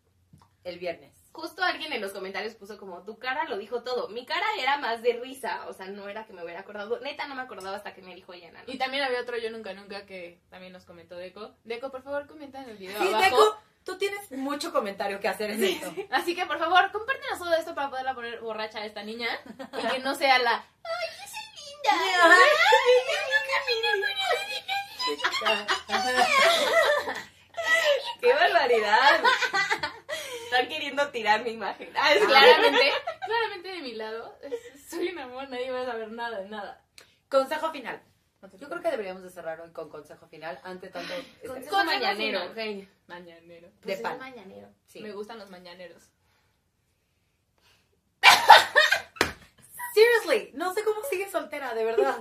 A: el viernes.
C: Justo alguien en los comentarios puso como, tu cara lo dijo todo. Mi cara era más de risa, o sea, no era que me hubiera acordado. Neta, no me acordaba hasta que me dijo ella en la
B: Y
C: noche.
B: también había otro Yo Nunca Nunca que también nos comentó Deco. Deco, por favor, comenta en el video
A: Sí,
B: abajo.
A: Deco, tú tienes mucho comentario que hacer en esto.
B: Así que, por favor, compártenos todo esto para poderla poner borracha a esta niña. Y que no
A: [LAUGHS]
B: sea la...
C: [LAUGHS] ¡Qué barbaridad! Están queriendo tirar mi imagen. Ah, es claro.
B: Claramente, claramente de mi lado. es- Soy un amor, nadie va a saber nada de nada.
A: Consejo final. Yo creo que deberíamos de cerrar hoy con consejo final ante tanto este, estrés.
C: Consejo mañanero,
B: final.
C: ok.
B: Mañanero.
A: de
C: Pues es
A: pan.
C: mañanero.
A: Sí.
B: Me gustan los mañaneros.
A: Seriously, no sé cómo sigue soltera, de verdad.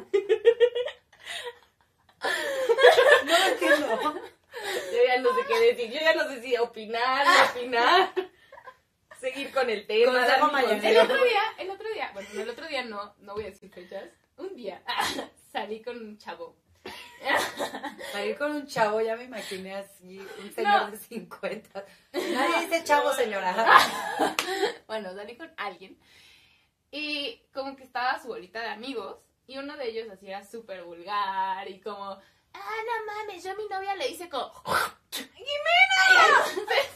A: No lo entiendo.
C: Yo ya no sé qué decir. Yo ya no sé si opinar, no opinar. Seguir con el tema.
A: Consejo
C: dar mi
A: mañanero.
B: El
C: consejo.
B: otro día, el otro día, bueno, no, el otro día no, no voy a decir fechas. Un día [LAUGHS] salí con un chavo.
A: Salir con un chavo, ya me imaginé así, un señor
B: No.
A: de 50. Nadie dice chavo, señora.
B: Bueno, salí con alguien. Y como que estaba su bolita de amigos. Y uno de ellos así era súper vulgar. Y como, ah, no mames, yo a mi novia le hice como, ¡Jimena! Y [LAUGHS] entonces,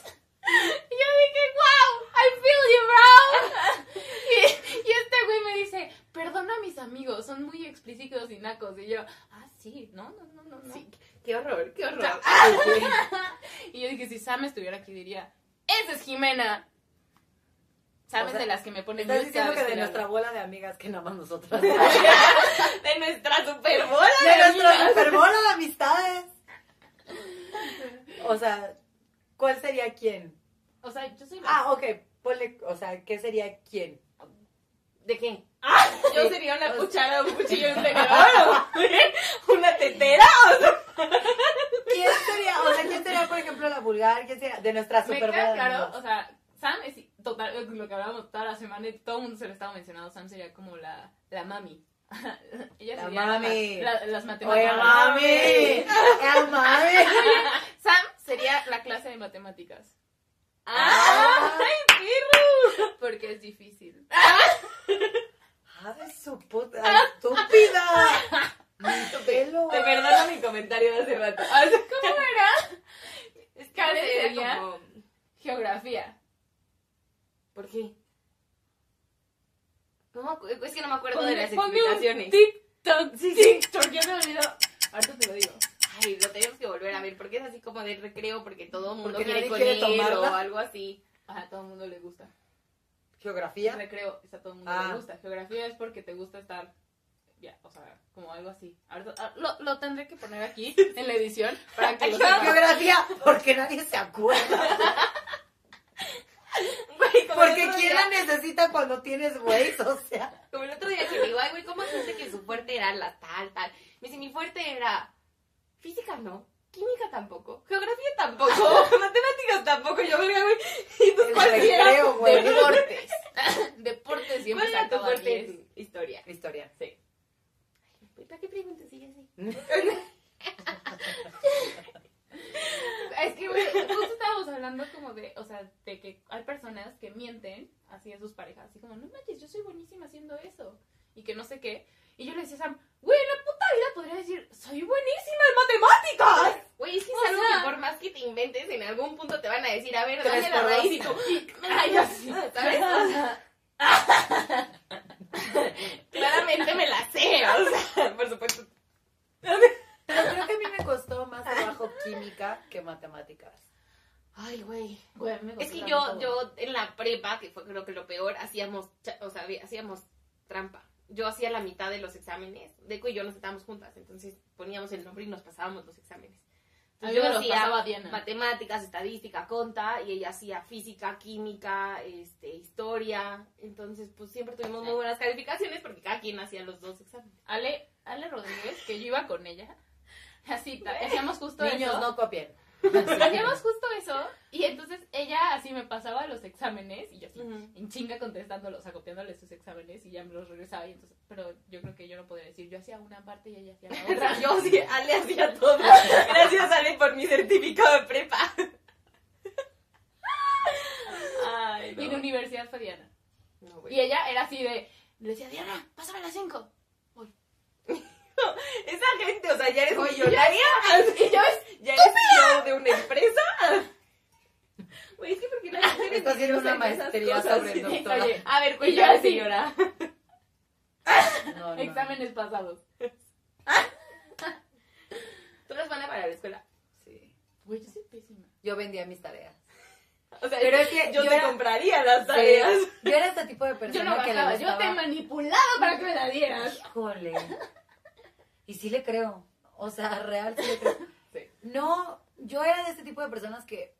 B: yo dije, wow, I feel you, bro. [LAUGHS] Y, y este güey me dice, perdona a mis amigos, son muy explícitos y nacos. Y yo, ah, sí, no, no, no, no. no.
C: Sí, Qué horror, qué horror.
B: Y yo dije, si Sam estuviera aquí, diría, esa es Jimena. Sam
A: O
B: es
A: sea,
B: de las que me ponen
A: Estás
B: mute cada
A: diciendo
B: vez
A: que de
B: la
A: nuestra
B: veo.
A: bola de amigas que nada más nosotras.
C: De nuestra superbola.
A: De nuestra superbola de amistades. O sea, ¿cuál sería quién?
B: O sea, yo soy [LAUGHS] más.
A: Ah, ok, ponle, o sea, ¿qué sería quién?
C: ¿De qué? [LAUGHS]
E: Yo sería una cuchara, un cuchillo [LAUGHS] y un tenedor.
C: [LAUGHS]
E: o ¿Una tetera? o sea,
A: ¿Quién sería, o sea, quién sería, por ejemplo, la vulgar? ¿Quién sería de nuestra
B: me
A: super
B: queda claro, o sea, Sam es total, lo que hablábamos toda la semana y todo el mundo se lo estaba mencionando. Sam sería como la, la mami. [LAUGHS] Ella
A: La
B: sería
A: mami.
B: La, la- las
A: Oye,
B: matemáticas.
A: mami, ¡Eh, mami.
B: Sam sería la clase de matemáticas.
A: Ah,
C: Ah,
A: ¡Ay,
B: Porque es difícil.
A: su puta! ¡Ay, ¡Estúpida! ¡Mi pelo!
E: Te perdono mi comentario de hace
B: [LAUGHS]
E: rato.
B: ¿Cómo era?
E: Es que
B: Karen
E: sería
B: sería
E: como...
B: Geografía.
E: ¿Por qué?
C: No me acu- es que no me acuerdo de
B: Ponme-
C: las
B: ponme un
C: explicaciones.
B: TikTok, TikTok, ya me olvidó. Ahorita te lo digo.
C: Ay, lo tenemos que volver a ver porque es así como del recreo porque todo el mundo
A: Porque
C: quiere
A: nadie
C: con
A: quiere
C: él
A: tomarla.
C: o algo así.
B: Ajá, a todo el mundo le gusta.
A: ¿Geografía?
B: Recreo, es a todo el mundo
A: Ah.
B: le gusta. Geografía es porque te gusta estar, ya, o sea, como algo así. Ahorita- ah, lo, lo tendré que poner aquí en la edición para [LAUGHS] que lo sepan.
A: Geografía, porque nadie se acuerda.
C: Güey, como el
A: Porque
C: otro
A: quién
C: día-
A: la necesita cuando tienes güeyes, o sea.
C: Como el otro día que le digo, ay, güey, ¿cómo se dice que su fuerte era la tal, tal? Me dice, mi fuerte era física no, química tampoco, geografía tampoco, [LAUGHS] matemáticas tampoco. Yo verga, güey, ¿y tú
A: El
C: cuál era?
A: recreo, güey.
B: Deportes. [LAUGHS] Deportes siempre
C: ¿Cuál era tu
B: sacaba
C: fuerte en
B: 10.
C: tu historia?
A: Historia.
C: Güey, ¿Para qué preguntas? Sí, ya sé.
B: Es que, güey, justo estábamos hablando como de, o sea, de que hay personas que mienten así a sus parejas, así como, no manches, yo soy buenísima haciendo eso, y que no sé qué. Y yo le decía a Sam, güey, en la puta vida podría decir, soy buenísima en [LAUGHS] matemáticas.
C: Güey, es que es
B: O
C: algo
B: sea-
C: que por más que te inventes, en algún punto te van a decir, a ver,
A: Tres
C: dame la
A: por dos.
C: raíz y tú,
B: Ay, así.
C: ¿sabes?
B: [LAUGHS]
C: O sea, claramente me la sé, o sea, por supuesto.
A: Pero creo que a mí me costó más trabajo química que matemáticas.
C: Ay, güey.
B: Güey, me
C: Es que
B: gustaba
C: yo,
B: todo.
C: yo en la prepa, que fue creo que lo peor, hacíamos, cha- o sea, había- hacíamos trampa. Yo hacía la mitad de los exámenes. Deco y yo nos sentábamos juntas, entonces poníamos el nombre y nos pasábamos los exámenes.
B: A mí
C: Entonces,
B: me lo
C: hacía
B: pasaba Diana.
C: matemáticas, estadística, conta, y ella hacía física, química, este, historia. Entonces, pues siempre tuvimos muy buenas calificaciones porque cada quien hacía los dos exámenes.
B: Ale, Ale Rodríguez, que yo iba con ella, así, ta- hacíamos justo
A: Niños,
B: eso.
A: no copien.
B: [LAUGHS] Hacíamos justo eso, y entonces ella así me pasaba los exámenes, y yo así, en chinga contestándolos, o sea, copiándole sus exámenes y ya me los regresaba y entonces, pero yo creo que yo no podría decir, yo hacía una parte y ella hacía la
C: O
A: [LAUGHS]
C: sea,
B: otra.
C: yo sí, Ale hacía [LAUGHS] todo. Gracias, Ale, por mi certificado de prepa. Ay,
B: Y en universidad fue Diana.
C: No, güey.
B: Y ella era así de, le decía, Diana, pásame las cinco.
C: Esa gente, o sea, ya eres millonaria. Y ya ves, [LAUGHS] ya eres CEO de una empresa. Güey, es que [LAUGHS] porque la gente
A: Está haciendo una maestría sobre el doctorado.
B: Oye,
C: A ver,
B: Y yo
C: cuéntame,
B: así.
C: señora.
A: No, no.
B: exámenes pasados.
C: Tú eres buena para la escuela.
A: Sí.
B: Güey, yo soy pésima.
A: Yo vendía mis tareas.
C: O sea,
A: Pero es que
C: yo,
A: yo
C: te
A: era-
C: compraría las tareas.
A: Sí, Yo era ese tipo de persona
B: Yo no
A: que le
B: bajaba, yo te
A: gustaba-
B: manipulaba para que me la dieras.
A: Híjole. Y sí le creo. O sea, real sí le creo. No, yo era de ese tipo de personas que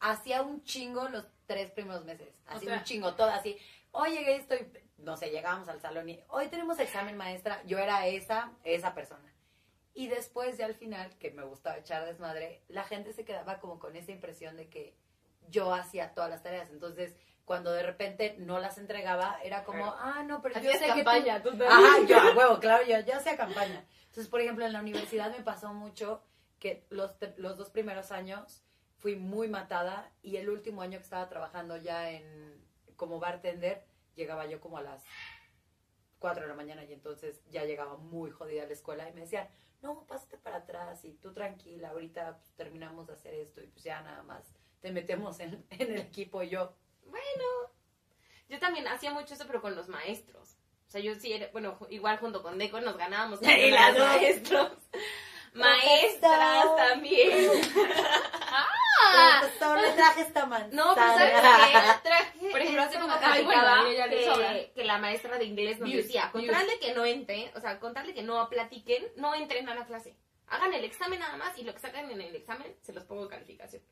A: hacía un chingo los tres primeros meses. Así
B: O sea-
A: un chingo, todo así. Hoy llegué, estoy. No sé, llegábamos al salón y hoy tenemos examen maestra. Yo era esa, esa persona. Y después, ya al final, que me gustaba echar desmadre, la gente se quedaba como con esa impresión de que yo hacía todas las tareas. Entonces, cuando de repente no las entregaba, era como,
C: Claro.
A: ah, no, pero yo
C: Hacías
A: sé que tú
C: campaña, tú
A: Ajá,
C: [LAUGHS] también.
A: yo a huevo, claro, yo, yo hacía campaña. Entonces, por ejemplo, en la universidad me pasó mucho que los, te- los dos primeros años fui muy matada y el último año que estaba trabajando ya en como bartender, llegaba yo como a las 4 de la mañana y entonces ya llegaba muy jodida a la escuela y me decían, no, pásate para atrás y tú tranquila, ahorita pues, terminamos de hacer esto y pues ya nada más te metemos en, en el equipo y yo.
C: Yo también hacía mucho eso, pero con los maestros. O sea, yo sí era, bueno, ju- igual junto con Deco nos ganábamos con
A: [LAUGHS] Y las
C: los
A: dos.
C: maestros. Maestras también.
A: Profesor, le pues, traje esta manzana.
C: Ah. [LAUGHS] No, pero ¿sabes qué? este
B: Traje
C: Por ejemplo, hace poco
B: Ay, bueno,
C: platicaba
B: a ella le sobra.
C: que, que la maestra de inglés nos
B: Views,
C: decía, con
B: views.
C: tal de que no entren, o sea, con tal de que no platiquen, no entren a la clase. Hagan el examen nada más y lo que sacan en el examen se los pongo en calificación.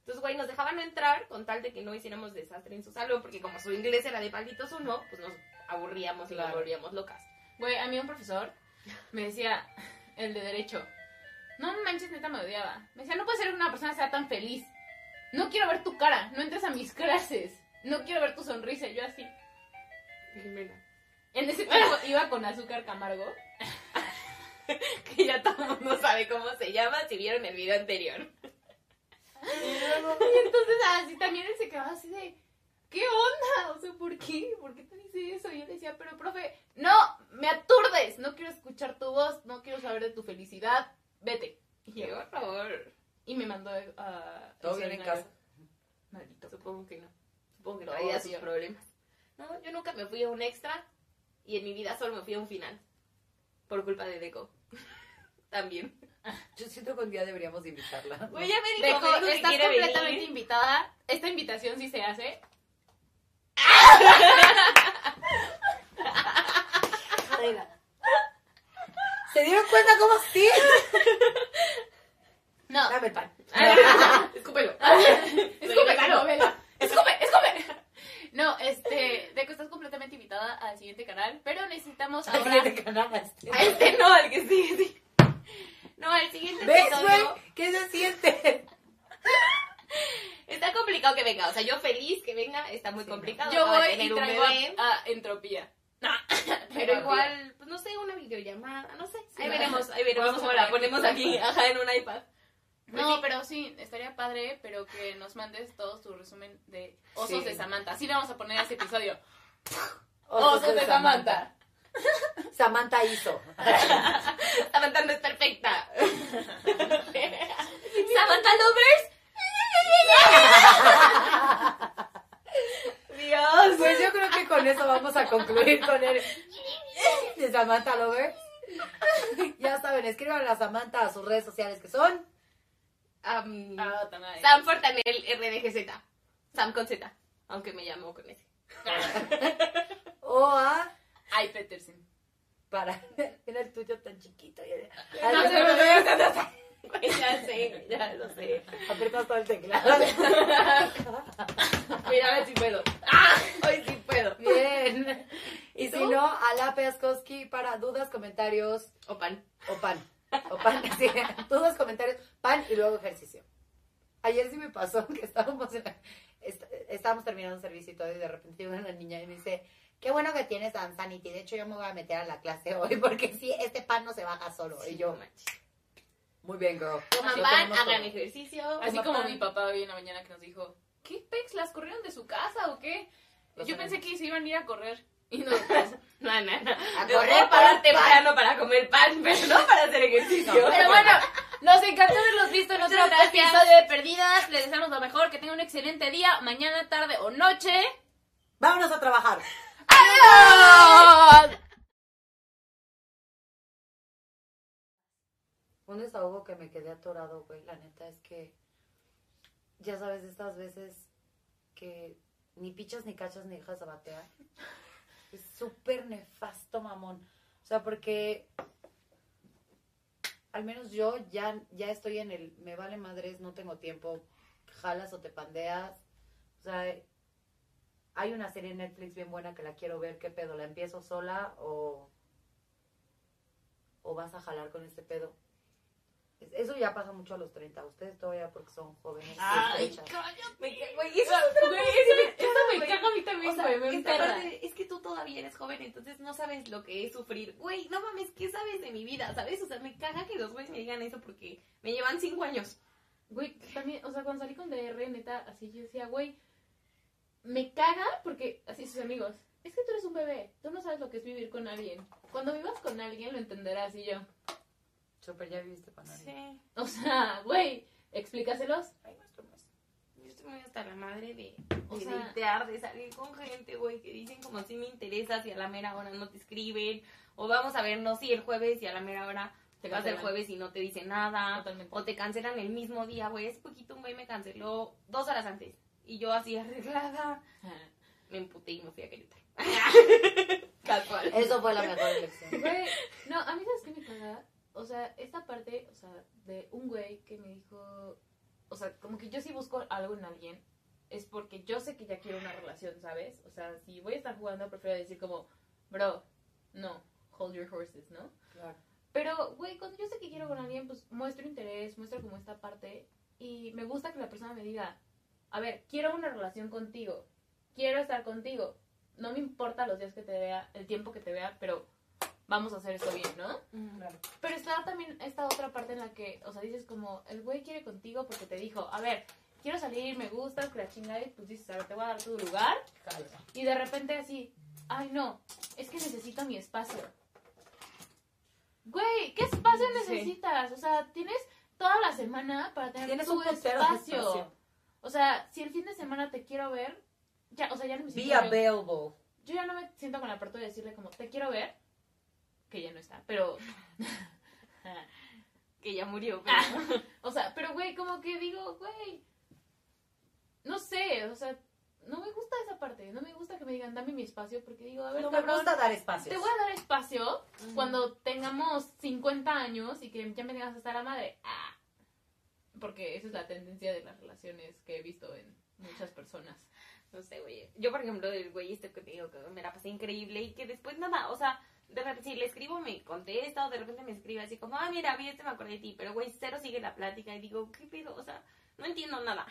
C: Entonces, güey, nos dejaban entrar con tal de que no hiciéramos desastre en su salón, porque como su inglés era de palditos uno, pues nos aburríamos y nos
A: Claro.
C: volvíamos locas. [LAUGHS]
B: Güey, a mí un profesor me decía, el de derecho, no manches, neta me odiaba. Me decía, no puede ser que una persona sea tan feliz. No quiero ver tu cara, no entres a mis clases. No quiero ver tu sonrisa, Y yo así.
C: Jimena.
B: En ese
A: [LAUGHS]
B: tiempo iba con azúcar camargo.
C: Que ya todo el mundo sabe cómo se llama si vieron el video anterior.
B: [LAUGHS] Y entonces así también él se quedaba así de, ¿qué onda? O sea, ¿por qué? ¿Por qué te dice eso? Y yo le decía, pero profe, no, me aturdes, no quiero escuchar tu voz, no quiero saber de tu felicidad, vete. Y
C: Qué
B: llegó
C: horror.
B: y me mandó a...
A: Todo bien en casa.
B: Maldito.
C: Supongo que no. Supongo que
B: Todo
C: traía sus
B: bien.
C: problemas. No, yo nunca me fui a un extra y en mi vida solo me fui a un final. Por culpa de Deco. [LAUGHS] También.
A: Yo siento que un día deberíamos invitarla. ¿no? [LAUGHS]
C: Voy a ver
B: Dejo, estás completamente
C: [LAUGHS]
B: invitada. Esta invitación sí se hace.
A: ¿Se dieron cuenta cómo
B: [LAUGHS]
A: sí?
B: No,
A: Dame el pan.
C: Ah, [LAUGHS] Escúpelo.
B: escupe la novela. Escupe, escupe. No, este, Deco, estás completamente invitada al siguiente canal, pero necesitamos
A: Al
B: [LAUGHS] ahora...
A: siguiente canal, este.
C: A este no, al que sigue, sí. No, el siguiente
A: [LAUGHS] ¿Ves,
C: episodio
A: güey? ¿Qué se siente?
C: está complicado que venga. O sea, yo feliz que venga, está muy complicado.
B: Yo
C: acaba de
B: voy y
C: tener un
B: traigo
C: bebé.
B: a, a Entropía. [LAUGHS]
C: Pero igual, pues no sé, una videollamada, no sé. Ahí
B: Sí.
C: veremos, ahí veremos
B: Vamos
C: cómo
B: a
C: la
B: poner
C: ponemos
B: un
C: aquí,
B: iPad.
C: ajá, en un iPad.
B: No, pero Pues sí, estaría padre, pero que nos mandes todo tu resumen de Osos
A: Sí.
B: de Samantha. Así le vamos a poner a ese episodio.
A: Osos
B: [LAUGHS] Osos de Samantha.
A: Samantha
B: [LAUGHS]
A: hizo.
C: Samantha no es perfecta. Samantha Lovers. Dios.
A: Pues yo creo que con eso vamos a concluir con el de Samantha Lovers. [LAUGHS] Ya saben, escriban a Samantha a sus redes sociales que son.
C: Am,
B: Ah, también.
C: Sam Fortanel RDGZ. Sam con Z. Aunque me llamó con ese.
A: O a.
B: Ay, Peterson.
A: Para. [LAUGHS] Era el tuyo tan chiquito. y era-
B: No sé,
C: ya sé, ya lo sé.
A: Aprietas todo el
B: [LAUGHS]
A: teclado.
C: Mira, a ver si puedo. ¡Ah! Hoy sí puedo.
A: Bien. [LAUGHS] Y si
C: ¿Tú?
A: no, a la Piaskowski para dudas, comentarios
C: Opan.
A: o pan. O pan, [LAUGHS] sí. Dudas, comentarios, pan y luego ejercicio. Ayer sí me pasó que estábamos, en la- est- estábamos terminando un servicio y todo y de repente llega una niña y me dice, qué bueno que tienes Danzanity. De hecho, yo me voy a meter a la clase hoy porque sí, este pan no se baja solo. y yo, muy bien, girl.
C: Coman
A: Lo
C: pan,
A: tenemos
C: hagan
A: todo.
C: ejercicio.
B: Así
A: Papá.
B: como mi papá hoy en la mañana que nos dijo, ¿qué pex? ¿Las corrieron de su casa o qué?
A: Lo
B: Yo
A: sabemos.
B: pensé que se iban a ir a correr. Y no,
C: No, no, no.
A: A
C: Me
A: correr
C: puedo parar
A: para el pan.
C: temprano para comer pan, pero no para hacer ejercicio.
B: Pero bueno, nos encantó haberlos visto en otro
C: Muchas gracias.
B: episodio de Perdidas. Les deseamos lo mejor, que tengan un excelente día, mañana, tarde o noche.
A: Vámonos a trabajar.
B: ¡Adiós!
A: Un desahogo que me quedé atorado, güey. La neta es que, ya sabes, estas veces que ni pichas, ni cachas, ni dejas batear. Es súper nefasto, mamón. O sea, porque al menos yo ya, ya estoy en el me vale madres, no tengo tiempo, jalas o te pandeas. O sea, hay una serie en Netflix bien buena que la quiero ver. ¿Qué pedo? ¿La empiezo sola o, o vas a jalar con este pedo? Es- Eso ya pasa mucho a los 30. Ustedes todavía porque son jóvenes.
B: Ay,
A: sospechas.
B: cállate.
C: Me ca- güey, eso es otra
B: Güey,
C: cosa
B: eso
C: que
B: me- eso me caga a mí también,
C: O sea,
B: güey, me
C: esta
B: emperra.
C: parte es que tú todavía eres joven, entonces no sabes lo que es sufrir. Güey, no mames, ¿qué sabes de mi vida? ¿Sabes? O sea, me caga que los güeyes me digan eso porque me llevan cinco años.
B: Güey, también, o sea, cuando salí con DR, neta, así yo decía, güey, me caga porque, así sus amigos, es que tú eres un bebé, tú no sabes lo que es vivir con alguien. Cuando vivas con alguien lo entenderás y yo.
A: Chopper, ya viviste con alguien.
C: Sí.
B: O sea, güey, explícaselos.
A: Ay, nuestro mes.
C: Yo estoy muy hasta la madre de,
B: O
C: de
B: sea-
C: datear, de salir con gente, güey, que dicen como si me interesas y a la mera hora no te escriben. O vamos a vernos si el jueves y a la mera hora te vas el
B: cancelan.
C: jueves y no te dicen nada.
B: Ah, Totalmente.
C: O te cancelan el mismo día, güey. Hace poquito un güey me canceló dos horas antes. Y yo así arreglada. Me emputé y me fui
A: [LAUGHS]
C: a Querétaro. Tal cual.
A: Eso fue la mejor elección.
B: [LAUGHS] Güey, no, a mí sabes qué me caga o sea, esta parte, o sea, de un güey que me dijo, o sea, como que yo si busco algo en alguien, es porque yo sé que ya quiero una relación, ¿sabes? O sea, si voy a estar jugando, prefiero decir como, bro, no, hold your horses, ¿no?
A: Claro.
B: Pero, güey, cuando yo sé que quiero con alguien, pues muestro interés, muestro como esta parte. Y me gusta que la persona me diga, a ver, quiero una relación contigo, quiero estar contigo. No me importa los días que te vea, el tiempo que te vea, pero vamos a hacer esto bien, ¿no?
A: claro.
B: Pero está también esta otra parte en la que, o sea, dices como, el güey quiere contigo porque te dijo, a ver, quiero salir, me gustas, que la chingada, y pues dices, a ver, te voy a dar tu lugar.
A: Jala.
B: Y de repente así, ay no, es que necesito mi espacio. Güey, ¿qué espacio necesitas? O sea, tienes toda la semana para tener
A: Tienes
B: tu
A: un putero de
B: espacio.
A: espacio.
B: O sea, si el fin de semana te quiero ver, ya, o sea, ya no
A: Be
B: me siento yo,
A: available.
B: yo ya no me siento con la parte de decirle como te quiero ver, que ya no está, pero
C: Que ya murió, pero...
B: Ah, o sea, pero güey, como que digo, güey, no sé, o sea, no me gusta esa parte, no me gusta que me digan dame mi espacio porque digo, a ver,
A: No me
B: cabrón,
A: gusta dar espacios.
B: te voy a dar espacio cuando tengamos 50 años y que ya me tengas hasta la madre. Ah. Porque esa es la tendencia de las relaciones que he visto en muchas personas.
C: No sé, güey. Yo, por ejemplo, del güey este que te digo que me la pasé increíble y que después nada, o sea, de repente si le escribo me contesta o de repente me escribe así como, ah, mira, vi este me acordé de ti, pero güey, cero sigue la plática y digo, ¿qué pedo? O sea, no entiendo nada.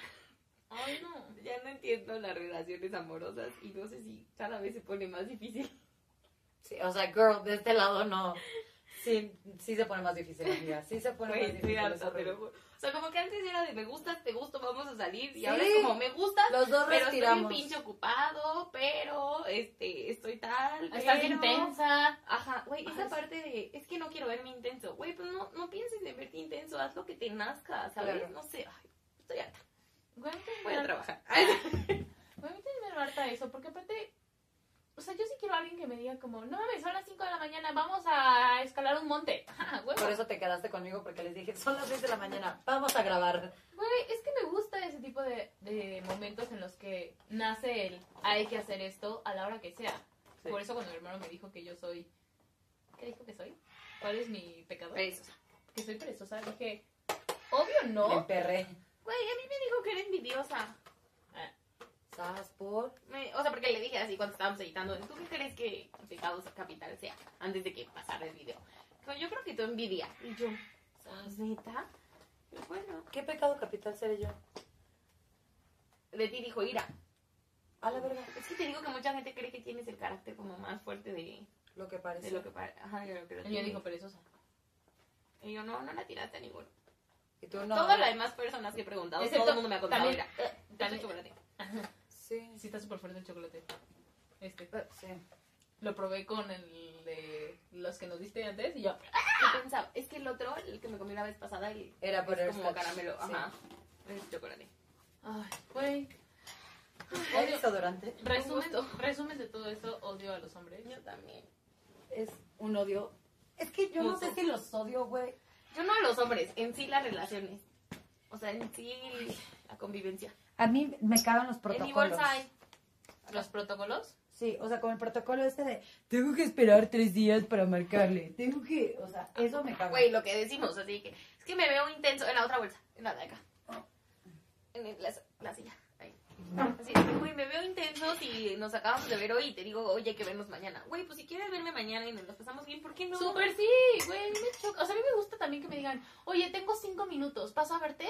B: Ay, no.
C: Ya no entiendo las relaciones amorosas y no sé si cada vez se pone más difícil.
A: Sí, o sea, girl, de este lado no. Sí, sí se pone más difícil, amiga. Sí se pone más
C: Güey, estoy
A: difícil. es
C: harta, te
A: horrible.
C: lo juro. O sea, como que antes era de me gustas, te gusto, vamos a salir. Y
A: Sí.
C: ahora es como me gustas,
A: Los dos
C: pero estoy un
A: respiramos.
C: pinche ocupado, pero este, estoy tal.
B: Estás
C: pero-
B: intensa.
C: Ajá, güey,
B: Ay,
C: esa
B: sí.
C: parte de es que no quiero verme intenso. Güey, pues no, no pienses en verte intenso, haz lo que te nazca, ¿sabes?
A: Claro.
C: No sé, ay, estoy harta,
B: Güey, a mí también
C: voy a
B: me da-
C: trabajar. [LAUGHS]
B: güey, a mí también me da harta eso, porque aparte, o sea, yo sí quiero a alguien que me diga como, no mames, son las 5 de la mañana, vamos a escalar un monte. [LAUGHS] Ah, güey,
A: Por eso te quedaste conmigo porque les dije, son las 6 de la mañana, vamos a grabar.
B: Güey, es que me gusta ese tipo de, de momentos en los que nace el hay que hacer esto a la hora que sea.
A: Sí.
B: Por eso cuando mi hermano me dijo que yo soy... ¿Qué dijo que soy? ¿Cuál es mi pecado?
C: Eso.
B: Que soy perezosa. Dije, obvio no.
A: Me emperré.
C: Güey, a mí me dijo que era envidiosa.
A: ¿Sabes por?
C: Me- o sea, porque le dije así cuando estábamos editando, ¿tú qué crees que Pecados Capital sea? Antes de que pasara el video. Dijo, yo creo que tú envidia. Y yo, ¿sabes neta? Y yo, bueno.
A: ¿Qué pecado capital seré yo?
C: De ti dijo ira.
A: A la verdad,
C: Ah, Es que te digo que mucha gente cree que tienes el carácter como más fuerte de,
A: lo que
C: de
A: parece.
C: lo que para. Ajá, de lo que lo
B: Y yo
C: tienes.
B: digo perezosa.
C: Y yo, no, no la tiraste a ninguno.
A: Y tú no.
C: Todas las demás personas que he preguntado,
B: Excepto-
C: todo el mundo me ha contado
B: también- eh,
C: ira. Dame
B: También-
C: chocolate.
A: Sí,
B: Sí, está súper fuerte el chocolate. Este,
A: sí.
B: lo probé con el de los que nos diste antes y yo...
C: Yo pensaba, es que el otro, el que me comí la vez pasada, el,
A: Era por
C: es como
A: Scotch.
C: caramelo,
A: Sí.
C: ajá, es chocolate.
B: Ay, güey.
A: ¿Hay
B: Odio-
A: desodorante?
B: Resumen,
C: gusto.
B: resumen de todo esto, odio a los hombres.
C: Yo también.
A: Es un odio. Es que yo no sé
C: Mutuo.
A: si los odio, güey.
C: Yo no a los hombres, en sí las relaciones. O sea, en sí la convivencia.
A: A mí me cagan los
C: En mi bolsa hay.
B: ¿Los protocolos?
A: Sí, o sea, con el protocolo este de tengo que esperar tres días para marcarle. Tengo que, o sea, eso me caga.
C: Güey, lo que decimos, así que es que me veo intenso en la otra bolsa, en la de acá. En el- la, la silla. ahí. Así es que, güey, me veo intenso si nos acabamos de ver hoy y te digo, oye, hay que vernos mañana. Güey, pues si quieres verme mañana y nos lo pasamos bien, ¿por qué no?
B: Súper sí, güey, a mí me choca. O sea, a mí me gusta también que me digan, oye, tengo cinco minutos, ¿paso a verte?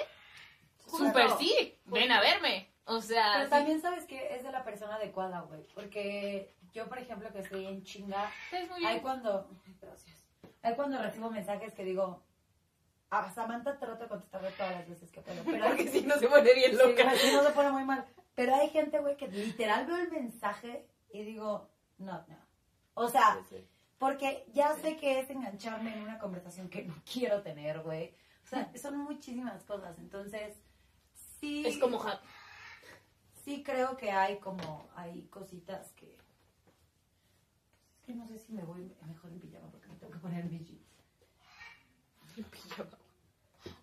A: Justo.
B: Súper sí, ven a verme. O sea,
A: Pero
B: sí.
A: también sabes que es de la persona adecuada, güey. Porque yo, por ejemplo, que estoy en chinga,
B: Estás muy
A: hay
B: bien.
A: cuando. Ay, Gracias. Hay cuando recibo mensajes que digo. A Samantha trato de contestarle todas las veces que puedo. Pero
C: Porque si no se pone
A: [LAUGHS]
C: bien loca.
A: si no se pone muy mal. Pero hay gente, güey, que literal veo el mensaje y digo, no, no. O sea, porque ya sé que es engancharme en una conversación que no [LAUGHS] quiero tener, güey. O sea, son muchísimas cosas. Entonces, sí.
B: Es como ja-
A: Sí creo que hay como, hay cositas que... Es que no sé si me voy mejor en pijama porque me tengo que poner mis jeans.
B: Pues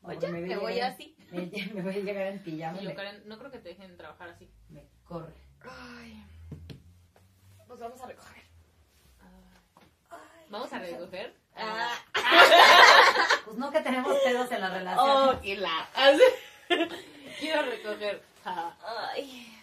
C: Oye,
A: Porque
C: me,
A: a
C: voy
A: llegar-
C: así.
A: [LAUGHS] Me, lle- me voy a llegar en pijama. y
B: Yo,
A: Me,
B: Karen, no creo que te dejen trabajar así.
A: me corre.
C: Ay. Pues vamos a recoger.
B: [LAUGHS] Vamos a recoger.
C: Ah.
F: pues, la relación.
C: Oh, qué la.
B: Quiero recoger. Ja.
C: Ay,